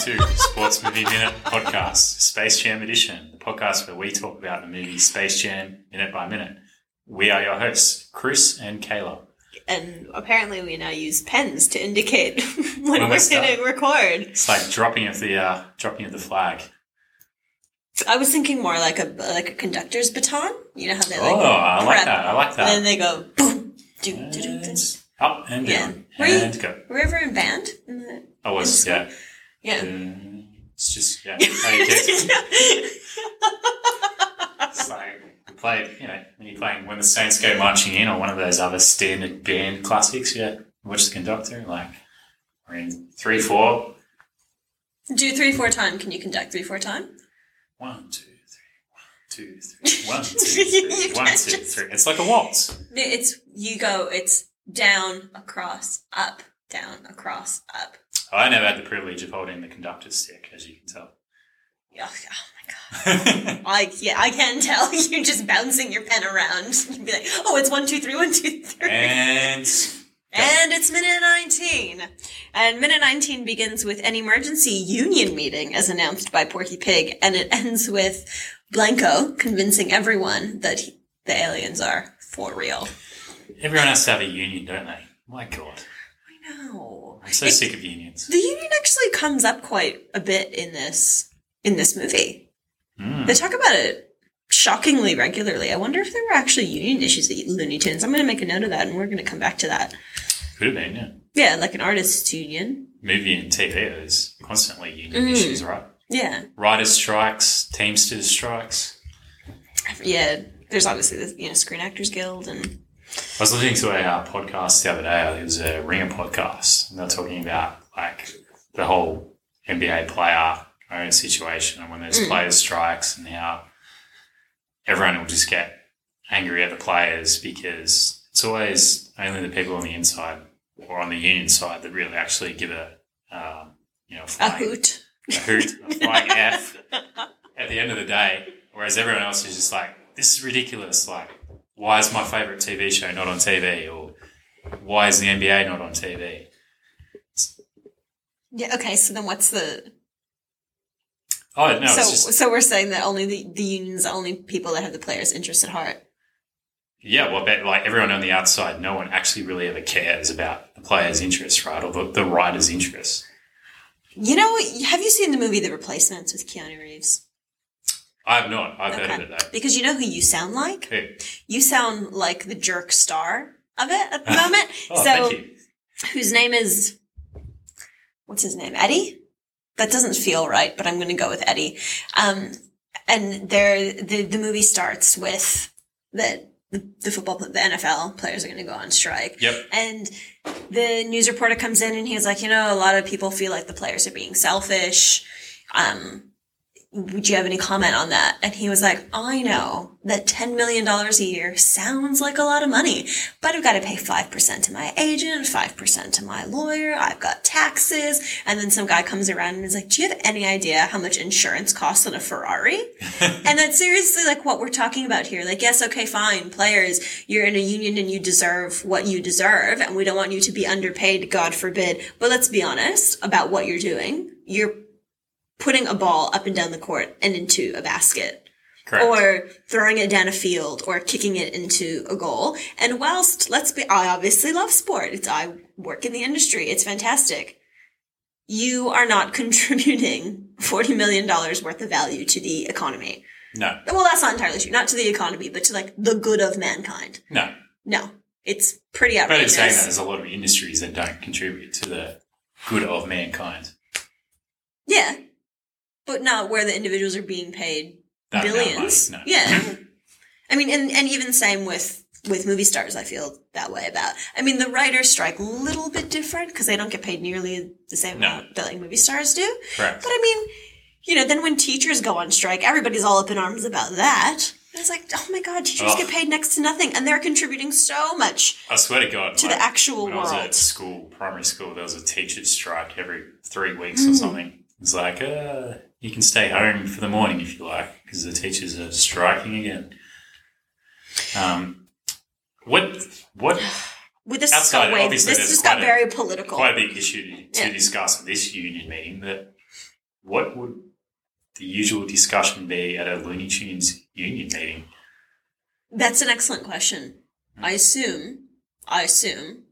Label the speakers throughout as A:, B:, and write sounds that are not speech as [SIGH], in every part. A: to the Big Minute podcast, Space Jam edition, the podcast where we talk about the movie Space Jam minute by minute. We are your hosts, Chris and Kayla.
B: And apparently, we now use pens to indicate [LAUGHS] when
A: When we
B: we're going
A: start.
B: to record.
A: It's like dropping of the uh, dropping of the flag.
B: I was thinking more like a like a conductor's baton. You know how they like,
A: oh, I like
B: crap.
A: that. I like
B: and then
A: that.
B: they go boom, do do do. do.
A: And up and
B: Yeah.
A: down
B: Were you-
A: and go.
B: Were you ever in band? In the,
A: I was yeah.
B: yeah.
A: Mm, It's just yeah. How you
B: [LAUGHS]
A: get- It's like you play, you know, when you're playing when the Saints go marching in or one of those other standard band classics, yeah. Watch the conductor, like we're in three, four,
B: do three four time. Can you conduct three four time?
A: one, two, three, one, two, three, one, two, three, one,
B: can't
A: two,
B: just-
A: three. It's like a waltz.
B: No, It's you go. It's down across up down across up.
A: I never had the privilege of holding the conductor's stick, as you can tell.
B: Yeah, yeah. I yeah, I can tell [LAUGHS] you're just bouncing your pen around. [LAUGHS] You'd be like, oh, it's one, two, three, one, two, three,
A: and
B: and it's minute nineteen. And minute nineteen begins with an emergency union meeting, as announced by Porky Pig, and it ends with Blanco convincing everyone that he, the aliens are for real.
A: everyone has to have a union, don't they? My God,
B: I know.
A: I'm so
B: It-
A: sick of unions.
B: The union actually comes up quite a bit in this in this movie.
A: Mm.
B: They talk about it shockingly regularly. I wonder if there were actually union issues at Looney Tunes. I'm going to make a note of that, and we're going to come back to that.
A: Could have been, yeah.
B: Yeah, like an artists' union.
A: Movie and TV, there's constantly union
B: Mm.
A: issues, right?
B: Yeah,
A: Writers strikes, Teamsters strikes.
B: yeah. There's obviously the you know Screen Actors Guild and
A: I was listening to a uh, podcast the other day. It was a Ringer podcast, and they're talking about like the whole NBA player own situation and when there's
B: Mm.
A: player strikes and how everyone will just get angry at the players because it's always only the people on the inside or on the union side that really actually give a um, you know
B: a
A: flying,
B: hoot.
A: a hoot,
B: [LAUGHS]
A: a flying F at the end of the day, whereas everyone else is just like, this is ridiculous. Like, why is my favorite TV show not on TV? Or why is the NBA not on TV?
B: Yeah. Okay. So then, what's the
A: Oh, no,
B: so
A: it's just,
B: so we're saying that only the the unions, only people that have the players' interest at heart.
A: yeah, well, but like everyone on the outside, no one actually really ever cares about the player's interests, right? Or the, the writer's interests.
B: You know, have you seen the movie The Replacements with Keanu Reeves?
A: I have not. I've heard
B: Okay.
A: of it though.
B: Because you know who you sound like?
A: Who?
B: You sound like the jerk star of
A: [LAUGHS]
B: it at the moment.
A: Oh,
B: so,
A: thank you.
B: whose name is what's his name? Eddie. That doesn't feel right, but I'm going to go with Eddie. Um, and there, the the movie starts with that the, the football, the NFL players are going to go on strike.
A: Yep.
B: And the news reporter comes in and he's like, you know, a lot of people feel like the players are being selfish. Um, would you have any comment on that? And he was like, I know that $10 million a year sounds like a lot of money, but I've got to pay 5% to my agent, 5% to my lawyer, I've got taxes. And then some guy comes around and is like, Do you have any idea how much insurance costs on a Ferrari? and that's seriously like what we're talking about here. Like, yes, okay, fine, players, you're in a union and you deserve what you deserve, and we don't want you to be underpaid, God forbid. But let's be honest about what you're doing. You're putting a ball up and down the court and into a basket
A: Correct.
B: or throwing it down a field or kicking it into a goal. And whilst, let's be, I obviously love sport. It's, I work in the industry. It's fantastic. You are not [LAUGHS] contributing $40 million worth of value to the economy.
A: no,
B: Well, that's not entirely true. Not to the economy, but to like the good of mankind.
A: no.
B: No, it's pretty
A: But in
B: outrageous.
A: saying that, there's a lot of industries that don't contribute to the good of mankind.
B: Yeah. But not where the individuals are being paid
A: That amount of
B: billions.
A: money, no.
B: Yeah. [LAUGHS] I mean, and, and even same with, with movie stars, I feel that way about. I mean, the writers strike a little bit different because they don't get paid nearly the same
A: No.
B: amount that like movie stars do.
A: Correct.
B: But I mean, you know, then when teachers go on strike, everybody's all up in arms about that. And it's like, oh my god, teachers
A: Ugh.
B: get paid next to nothing and they're contributing so much
A: I swear to God.
B: to
A: like,
B: the actual
A: when I was at
B: world.
A: school, primary school, there was a teacher's strike every three weeks
B: Hmm.
A: or something. It's like, uh, you can stay home for the morning if you like, because the teachers are striking again. Um, what
B: [SIGHS]
A: what
B: With this
A: Outside,
B: got way,
A: obviously,
B: this
A: there's
B: just got
A: quite a-
B: very political.
A: quite a big issue to
B: Yeah.
A: discuss at this union meeting that what would the usual discussion be at a Looney Tunes union meeting?
B: That's an excellent question.
A: Hmm.
B: I assume, I assume,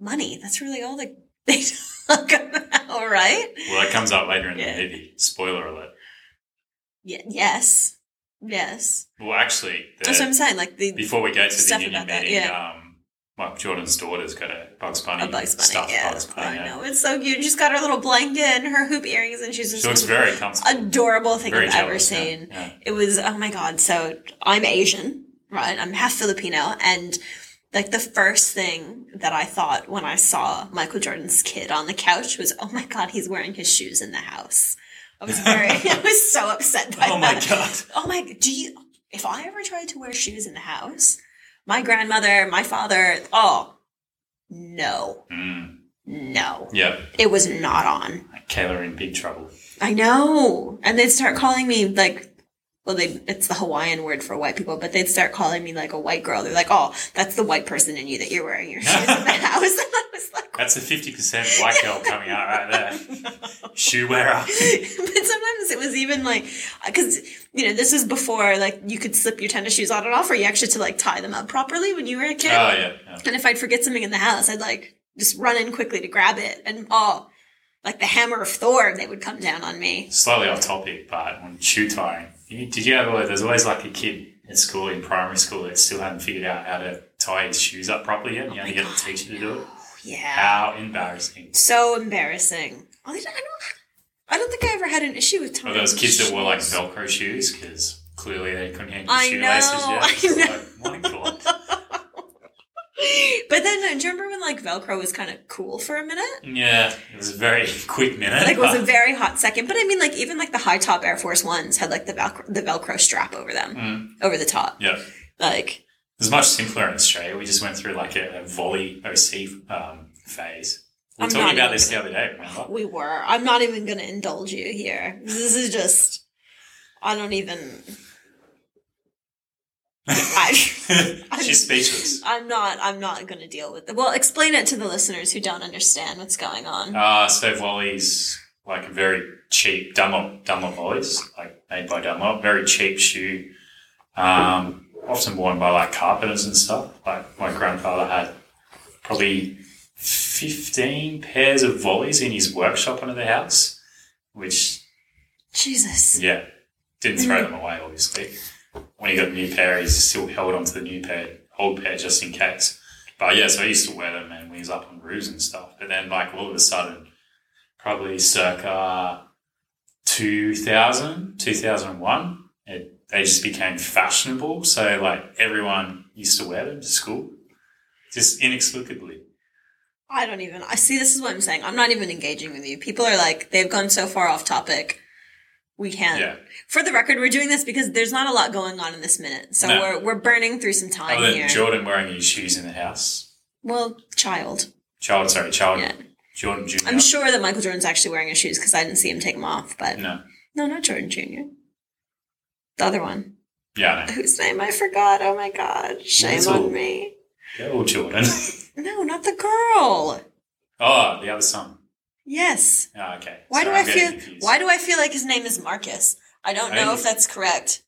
B: money. That's really all that they [LAUGHS] talk about, right?
A: Well, that comes up later in
B: Yeah.
A: the movie. Spoiler alert.
B: Y- yes, yes.
A: Well, actually,
B: That's what I'm
A: the,
B: saying. Like the
A: before we go to the
B: Stuff
A: union
B: about that,
A: meeting,
B: yeah.
A: um, Michael Jordan's daughter's got a Bugs Bunny,
B: a Bugs Bunny.
A: stuffed
B: yeah,
A: Bugs Bunny.
B: I know it's so cute. She's got her little blanket and her hoop earrings, and she's just
A: She looks
B: the
A: very
B: most
A: comfortable.
B: adorable thing
A: very
B: I've ever
A: jealous, yeah,
B: seen.
A: yeah.
B: It was oh my god. So I'm Asian, right? I'm half Filipino, and like the first thing that I thought when I saw Michael Jordan's kid on the couch was, oh my god, he's wearing his shoes in the house. I was very, [LAUGHS] I was so upset by
A: [LAUGHS] Oh my
B: that.
A: god.
B: Oh my, do you, if I ever tried to wear shoes in the house, my grandmother, my father, oh, no,
A: Mm,
B: no.
A: yep.
B: It was not on.
A: Kayla in big trouble.
B: I know. And they'd start calling me like, well, they, it's the Hawaiian word for white people, but they'd start calling me like a white girl. They're like, oh, that's the white person in you that you're wearing your shoes in
A: [LAUGHS]
B: the house. [LAUGHS] And I was like,
A: That's a fifty percent white girl coming out right
B: [LAUGHS]
A: there. Shoe wearer. Oh,
B: but sometimes it was even like because you know this was before like you could slip your tennis shoes on and off or you actually to like tie them up properly when you were a
A: Oh
B: kid
A: yeah. yeah.
B: and if i'd forget something in the house i'd like just run in quickly to grab it and oh like the hammer of thor they would come down on me
A: Slightly off topic, but on shoe tying, you- did you ever? There's always like a kid at school in primary school that still hadn't figured out how to tie his shoes up properly yet. And you
B: Oh my
A: only get
B: God,
A: a teacher to do it.
B: yeah
A: How embarrassing!
B: so embarrassing i don't i don't think i ever had an issue with time
A: Or those kids that wore like Velcro shoes because clearly they couldn't handle
B: I
A: shoelaces
B: know,
A: yet.
B: I
A: It's
B: know.
A: Like, my God.
B: but then uh, do you remember when like velcro was kind of cool for a minute
A: Yeah, it was a very [LAUGHS] quick minute.
B: like it was a
A: but-
B: very hot second. But I mean, like even like the high top Air Force Ones had like the Velcro, the Velcro strap over them,
A: Mm,
B: over the top.
A: yeah.
B: Like
A: It was much simpler in Australia. We just went through like a, a volley OC um, phase. We were
B: I'm not
A: talking about
B: even
A: this the other day,
B: [LAUGHS]
A: remember?
B: we were. I'm not even going to indulge you here. This is just. I don't even.
A: [LAUGHS]
B: I,
A: She's speechless.
B: I'm not. I'm not going to deal with it. Well, explain it to the listeners who don't understand what's going on.
A: Uh, so volleys, like very cheap Dunlop, Dunlop volleys, like made by Dunlop, very cheap shoe, um, often worn by like carpenters and stuff. Like my grandfather had probably 15 pairs of volleys in his workshop under the house, which
B: Jesus.
A: Yeah.
B: Mm.
A: Didn't throw them away, obviously. When he got a new pair, he's still held onto the new pair, old pair, just in case. But yeah, so I used to wear them and we was up on roofs and stuff. But then, like, all of a sudden, probably circa 2000, 2001, it, they just became fashionable. So, like, everyone used to wear them to school, just inexplicably.
B: I don't even. I see. This is what I'm saying. I'm not even engaging with you. People are like they've gone so far off topic. We can't.
A: Yeah.
B: For the record, we're doing this because there's not a lot going on in this minute, so
A: No.
B: we're we're burning through some time
A: Other
B: here.
A: than Jordan wearing his shoes in the house.
B: well, child.
A: Child, sorry, child.
B: Yeah.
A: Jordan Jr.
B: I'm sure that Michael Jordan's actually wearing his shoes because I didn't see him take them off. But
A: No.
B: no, not Jordan Jr. The other one,
A: Yeah, I know.
B: whose name I forgot. Oh my god, shame
A: Little.
B: on me.
A: Go Jordan.
B: No, not the girl.
A: [LAUGHS] Oh, the other son.
B: Yes.
A: Oh, okay.
B: Why
A: Sorry, I'm
B: do I
A: getting
B: feel?
A: confused.
B: Why do I feel like his name is Marcus? I don't
A: I
B: know
A: think
B: if that's correct.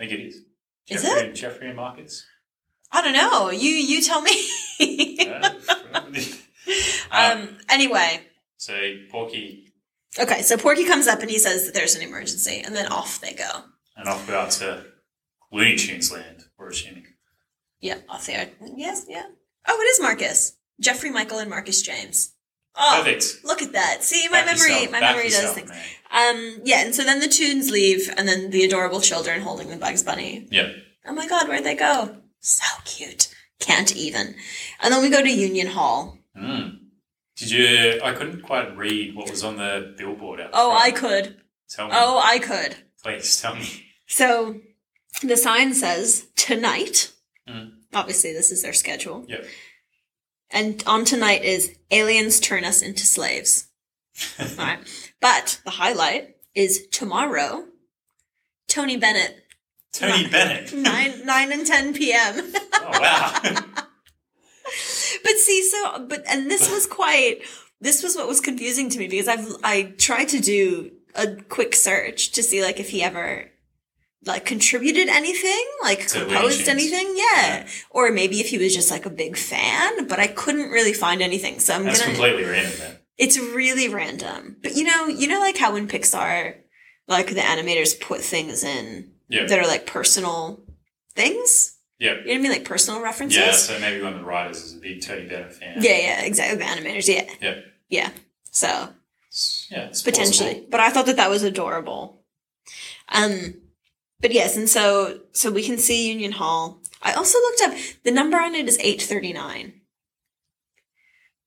A: I think it is.
B: Is
A: Jeffrey, it? Jeffrey and
B: [LAUGHS]
A: Marcus.
B: I don't know. You you tell me. [LAUGHS]
A: Yeah. um,
B: um. Anyway.
A: so Porky
B: Okay, so Porky comes up and he says that there's an emergency, and then off they go.
A: and off we are to Looney Tunes land, we're assuming.
B: Yeah, off they are. Yes, yeah. Oh, it is Marcus, Jeffrey Michael, and Marcus James. Oh,
A: Perfect.
B: look at that! See, my
A: Back
B: memory,
A: yourself,
B: my
A: back
B: memory does
A: yourself,
B: things.
A: man.
B: Um, yeah, and so then the tunes leave, and then the adorable children holding the Bugs Bunny.
A: Yeah.
B: Oh my God, where'd they go? So cute. Can't even. And then we go to Union Hall.
A: Mm. Did you? I couldn't quite read what was on the billboard. Out
B: Oh, I
A: front.
B: could.
A: Tell me,
B: Oh, I could.
A: please tell me.
B: So the sign says tonight.
A: Mm.
B: Obviously, this is their schedule. [LAUGHS]
A: Yep.
B: And on tonight is aliens turn us into slaves. All right. But the highlight is tomorrow. Tony Bennett,
A: Tony
B: Nine-
A: Bennett.
B: [LAUGHS] nine nine and ten p.m.
A: Oh wow.
B: but see, so but and this was quite This was what was confusing to me because I've I tried to do a quick search to see like if he ever like contributed anything, like
A: To
B: proposed
A: Legends.
B: anything, yeah. Or maybe if he was just like a big fan, but I couldn't really find anything. So I'm
A: That's
B: gonna
A: completely random. Then.
B: it's really random. But you know, you know like how when Pixar like the animators put things in
A: Yeah.
B: that are like personal things?
A: Yeah.
B: You know what I mean? Like personal references?
A: Yeah. So maybe one of the writers is a big Tony Bennett fan.
B: Yeah, yeah, exactly. The animators, yeah.
A: Yeah.
B: Yeah. So
A: It's- Yeah. It's
B: potentially,
A: plausible.
B: but I thought that that was adorable. Um, but yes, and so so we can see Union Hall. I also looked up the number on it is eight thirty nine.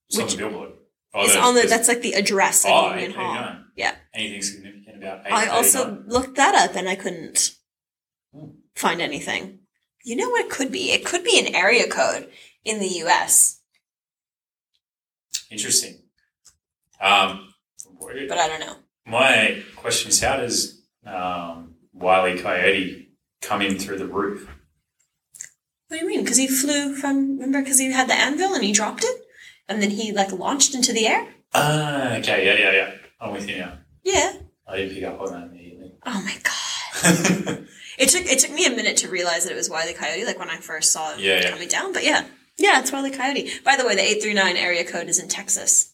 A: It's
B: Which-
A: on the billboard. Oh,
B: it's
A: that's-
B: on the
A: that's-
B: that's like the address of
A: Oh,
B: Union Hall.
A: 839.
B: Yeah.
A: Anything significant about 839?
B: I also looked that up and I couldn't find anything. You know what it could be? It could be an area code in the U.S.,
A: Interesting. Um, where-
B: but I don't know.
A: my question is how does um, Wiley Coyote come in through the roof?
B: What do you mean? Because he flew from remember? Because he had the anvil and he dropped it, and then he like launched into the air.
A: Ah, okay. Yeah, yeah, yeah. I'm with you now.
B: Yeah.
A: I didn't pick up on that immediately. [LAUGHS]
B: Oh my god. It took it took me a minute to realize that it was Wiley E. Coyote. Like when I first saw it
A: Yeah, yeah.
B: coming down, but yeah, yeah, it's Wiley E. Coyote. By the way, the eight three nine area code is in Texas,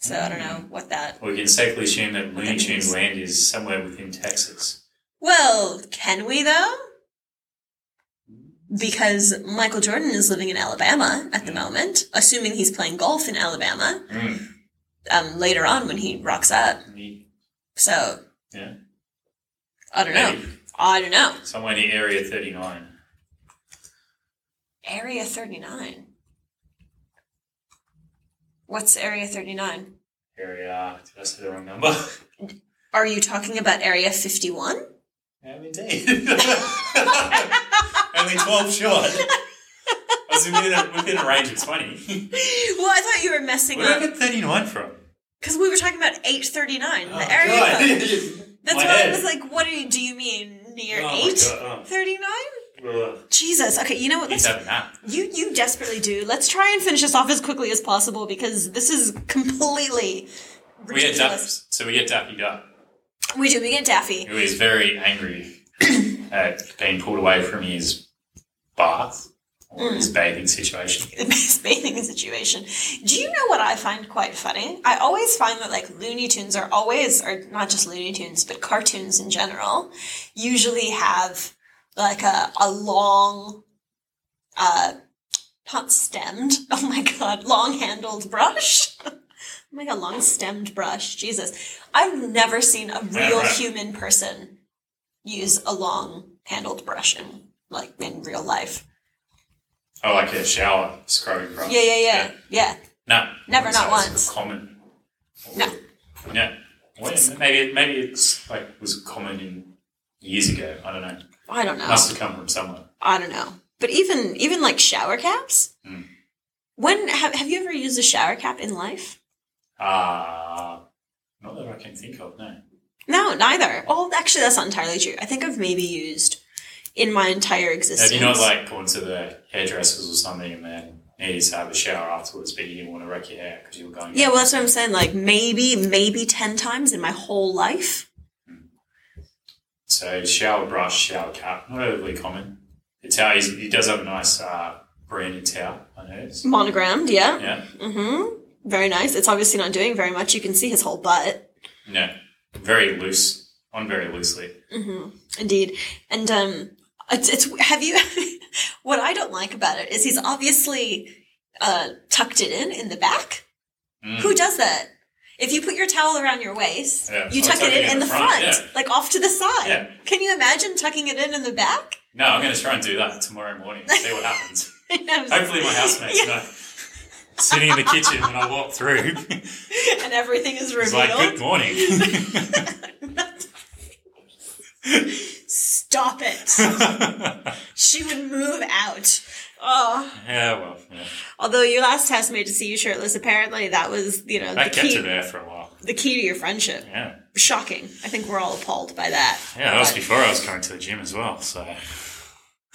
B: so I don't know what that.
A: we can safely assume that Looney
B: That
A: Tunes
B: means-
A: land is somewhere within Texas.
B: Well, can we though? Because Michael Jordan is living in Alabama at the moment, assuming he's playing golf in Alabama
A: Mm.
B: um, later on when he rocks up.
A: Neat.
B: So
A: Yeah.
B: I don't know.
A: Maybe.
B: I don't know.
A: Somewhere near Area 39.
B: Area 39. What's Area 39?
A: Area, did I say the wrong number? [LAUGHS]
B: Are you talking about Area 51?
A: Yeah,
B: [LAUGHS]
A: indeed. Only 12 short. I was within a, within a range of
B: [LAUGHS]
A: 20.
B: Well, I thought you were messing
A: Where
B: up.
A: did I get 39 from?
B: Because we were talking about 839,
A: Oh,
B: the area
A: God. [LAUGHS]
B: code. That's
A: My
B: why I
A: head.
B: was like, what do you, do you mean near
A: Oh, my
B: 839?
A: God, uh,
B: Jesus. Okay, you know what?
A: He's
B: Let's,
A: having that.
B: you, you desperately do. Let's try and finish this off as quickly as possible because this is completely
A: We get Daffy,
B: ridiculous.
A: so we get Daffy Duck,
B: We do. We get Daffy.
A: who is very
B: [COUGHS]
A: angry at being pulled away from his bath or his
B: Mm.
A: bathing situation.
B: the best [LAUGHS] bathing situation. Do you know what I find quite funny? I always find that like Looney Tunes are always, or not just Looney Tunes, but cartoons in general, usually have like a, a long, uh, not stemmed, [LAUGHS] oh my god, long handled brush. [LAUGHS] oh my god, long stemmed brush. Jesus. I've never seen a real
A: right.
B: human person use a long handled brush in like in real life.
A: Oh, like a shower scrubbing brush.
B: Yeah, yeah, yeah. Yeah.
A: No,
B: Never,
A: it's
B: not
A: always
B: once.
A: Common.
B: No.
A: Yeah. Well, maybe maybe it's like was common in years ago. I don't know.
B: I don't know.
A: Must have come from somewhere.
B: I don't know. But even even like shower caps.
A: Mm.
B: When have, have you ever used a shower cap in life?
A: Uh, not that I can think of. No.
B: No, neither. Well, actually, that's not entirely true. I think I've maybe used in my entire
A: Have
B: existence.
A: you not like gone to the hairdressers or something and then needed to have a shower afterwards, but you didn't want to wreck your hair because you were going?
B: yeah, well, that's what I'm saying. Like maybe maybe ten times in my whole life.
A: So shower brush, shower cap, not overly common. The towel, is, he does have a nice uh, branded towel. I noticed.
B: Monogrammed, yeah.
A: Yeah.
B: Mm-hmm. Very nice. It's obviously not doing very much. You can see his whole butt.
A: No. Very loose. On very loosely.
B: hmm Indeed. And um, it's, it's have you? [LAUGHS] what I don't like about it is he's obviously uh, tucked it in in the back.
A: Mm.
B: Who does that? If you put your towel around your waist,
A: Yeah,
B: you
A: I'm
B: tuck it
A: tucking
B: in in the front,
A: yeah.
B: like off to the side.
A: Yeah.
B: Can you imagine tucking it in in the back? [LAUGHS]
A: No, I'm going to try and do that tomorrow morning and see what happens. [LAUGHS] Hopefully, my housemates
B: [LAUGHS] Yeah,
A: know. Sitting in the kitchen when I walk through, it's
B: and everything is revealed.
A: like, good
B: [LAUGHS]
A: morning.
B: Stop it.
A: [LAUGHS] yeah,
B: she would move out. Oh,
A: well, yeah.
B: although your last housemate to see you shirtless, apparently that was, you know, the
A: that kept
B: key,
A: her there for a while.
B: the key to your friendship.
A: Yeah.
B: Shocking. I think we're all appalled by that.
A: Yeah, that was
B: But-
A: before I was going to the gym as well. So [LAUGHS]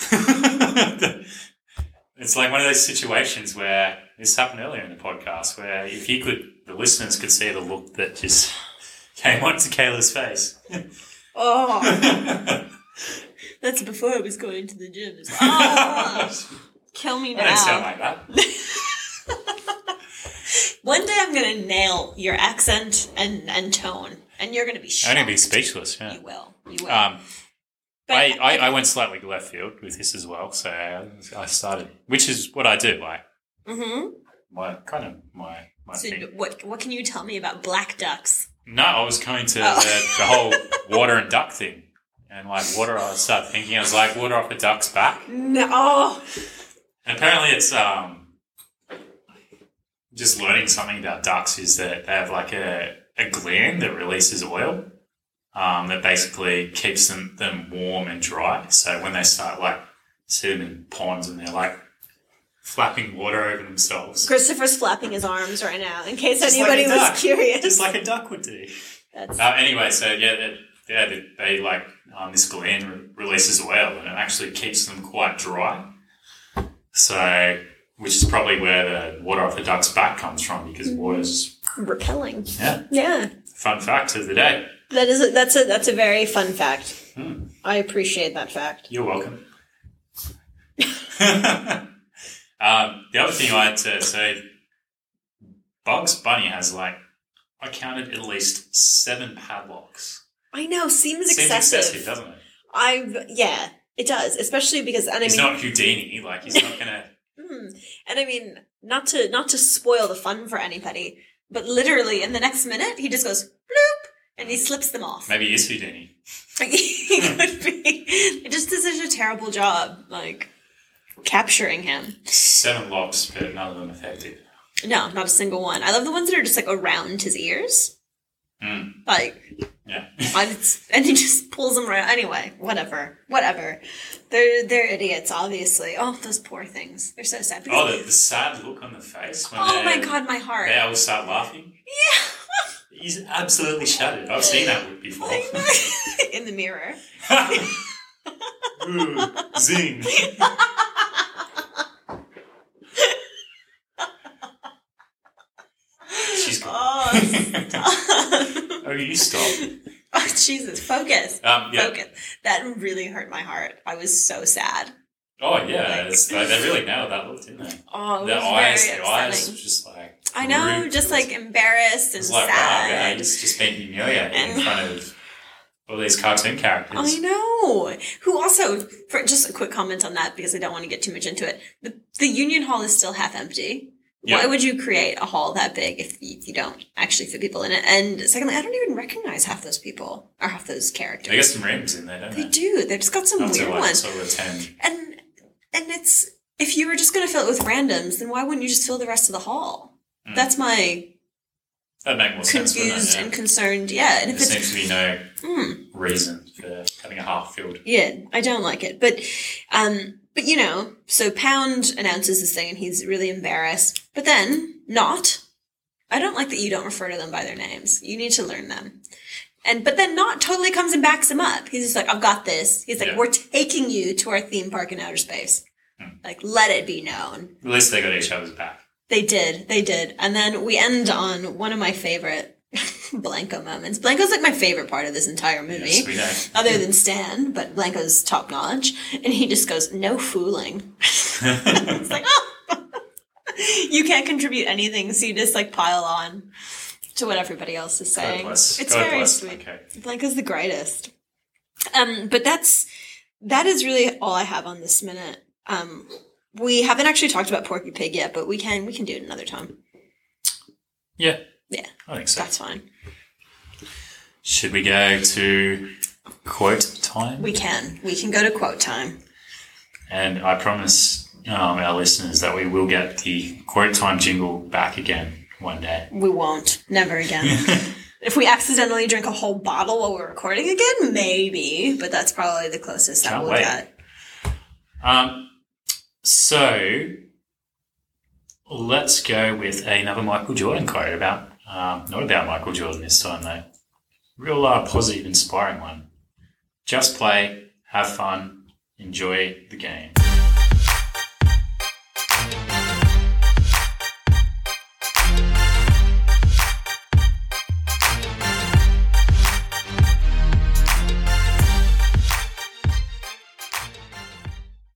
A: it's like one of those situations where This happened earlier in the podcast where if you could, the listeners could see the look that just [LAUGHS] came onto Kayla's face.
B: Oh,
A: [LAUGHS]
B: that's before I was going to the gym. It's like, Oh, kill me
A: I [LAUGHS] don't sound
B: now.
A: like that.
B: [LAUGHS] One day I'm gonna nail your accent and and tone, and you're gonna be.
A: I'm
B: Shocked.
A: going to be speechless. Yeah.
B: You will. You will.
A: Um,
B: But
A: I, I, I went slightly left field with this as well, so I started, which is what I do. Like
B: mhm.
A: my kind of my my
B: So
A: thing.
B: what what can you tell me about black ducks?
A: No, I was coming to
B: Oh.
A: the, the whole water and duck thing, and like water. I started thinking I was like water off a duck's back,
B: No. Oh.
A: and apparently it's um just learning something about ducks is that they have like a a gland that releases oil. Um, that basically keeps them, them warm and dry. So when they start like see them in ponds and they're like flapping water over themselves,
B: Christopher's flapping his arms right now in case
A: Just like
B: anybody
A: a duck.
B: was curious.
A: just like a duck would do.
B: That's
A: Uh, anyway, so yeah, that, yeah, they, they like um, this gland re- releases oil, and it actually keeps them quite dry. So, which is probably where the water off the duck's back comes from, because
B: Mm-hmm.
A: water's
B: repelling.
A: yeah.
B: Yeah.
A: Fun fact of the day.
B: That is a, that's a that's a very fun fact.
A: Hmm.
B: I appreciate that fact.
A: You're welcome. [LAUGHS] um, the other thing I had to say, Bugs Bunny has like I counted at least seven padlocks.
B: I know seems,
A: Seems
B: excessive.
A: excessive, doesn't it?
B: I yeah, it does, especially because and I
A: he's
B: mean
A: not Houdini. Like he's not gonna.
B: mm, and I mean not to not to spoil the fun for anybody, but literally in the next minute he just goes bloop and he slips them off.
A: Maybe he is Houdini.
B: [LAUGHS] he could be. It just did such a terrible job like capturing him.
A: Seven locks, but none of them effective.
B: No, not a single one. I love the ones that are just like around his ears.
A: Mm.
B: Like [LAUGHS]
A: Yeah.
B: and, it's, and he just pulls them right. Anyway, whatever, whatever. They're they're idiots, obviously. Oh, those poor things. They're so sad.
A: Oh,
B: Because,
A: the, the sad look on the face when
B: oh
A: they,
B: my god, my heart.
A: they all start laughing. Yeah. [LAUGHS] He's absolutely shattered. I've seen that look
B: [LAUGHS]
A: before. [LAUGHS]
B: Oh In the mirror.
A: Ooh, zing. She's gone. [LAUGHS]
B: Oh, stop.
A: Oh, you stop.
B: [LAUGHS] oh Jesus, focus.
A: Um, yeah.
B: Focus. That really hurt my heart. I was so sad.
A: Oh, yeah. It's, they they really nailed that look, didn't they?
B: Oh, it
A: The
B: was
A: eyes,
B: very
A: the eyes,
B: upsetting.
A: were just like.
B: I know,
A: ripped.
B: just
A: It was
B: like embarrassed and
A: It's like, wow, yeah,
B: sad.
A: he's just been humiliated in
B: And-
A: front of all these cartoon characters.
B: I know. Who also, for just a quick comment on that because I don't want to get too much into it. The, the union hall is still half empty.
A: Yeah.
B: Why would you create a hall that big if you, you don't actually fit people in it? And secondly, I don't even recognize half those people or half those characters.
A: They get some rims in there, don't
B: They
A: they?
B: do. They've just got some
A: Not to,
B: weird
A: like,
B: ones.
A: sort of attend.
B: And and it's if you were just going to fill it with randoms, then why wouldn't you just fill the rest of the hall?
A: Mm.
B: That's my
A: That'd make more sense, wouldn't
B: confused
A: it? Yeah.
B: and concerned. Yeah, and
A: There
B: if it's
A: seems to be no
B: mm,
A: reason for having a half field.
B: Yeah, I don't like it. But um but you know, so Pound announces this thing and he's really embarrassed. But then not. I don't like that you don't refer to them by their names. You need to learn them. And but then not totally comes and backs him up. He's just like, I've got this. He's like,
A: Yeah.
B: We're taking you to our theme park in outer space.
A: Hmm.
B: Like, let it be known.
A: At least they got each other's back.
B: They did, they did. And then we end on one of my favorite [LAUGHS] Blanco moments. Blanco's like my favorite part of this entire movie
A: Yes, we know.
B: other than Stan, but Blanco's top notch. And he just goes, no fooling. [LAUGHS] It's like, oh, [LAUGHS] you can't contribute anything. So you just like pile on to what everybody else is
A: God
B: saying.
A: bless.
B: It's
A: God
B: very
A: bless.
B: sweet.
A: Okay.
B: Blanco's the greatest. Um, but that's, that is really all I have on this minute. Um, we haven't actually talked about Porky Pig yet, but we can, we can do it another time.
A: Yeah.
B: Yeah.
A: I think so.
B: That's fine.
A: Should we go to quote time?
B: We can, we can go to quote time.
A: And I promise um, our listeners that we will get the quote time jingle back again one day.
B: We won't. Never
A: [LAUGHS]
B: again. if we accidentally drink a whole bottle while we're recording again, maybe. But that's probably the closest that
A: Can't
B: we'll
A: wait.
B: get.
A: Um, so let's go with another Michael Jordan quote about um, not about Michael Jordan this time though. Real uh, positive, inspiring one. Just play, have fun, enjoy the game.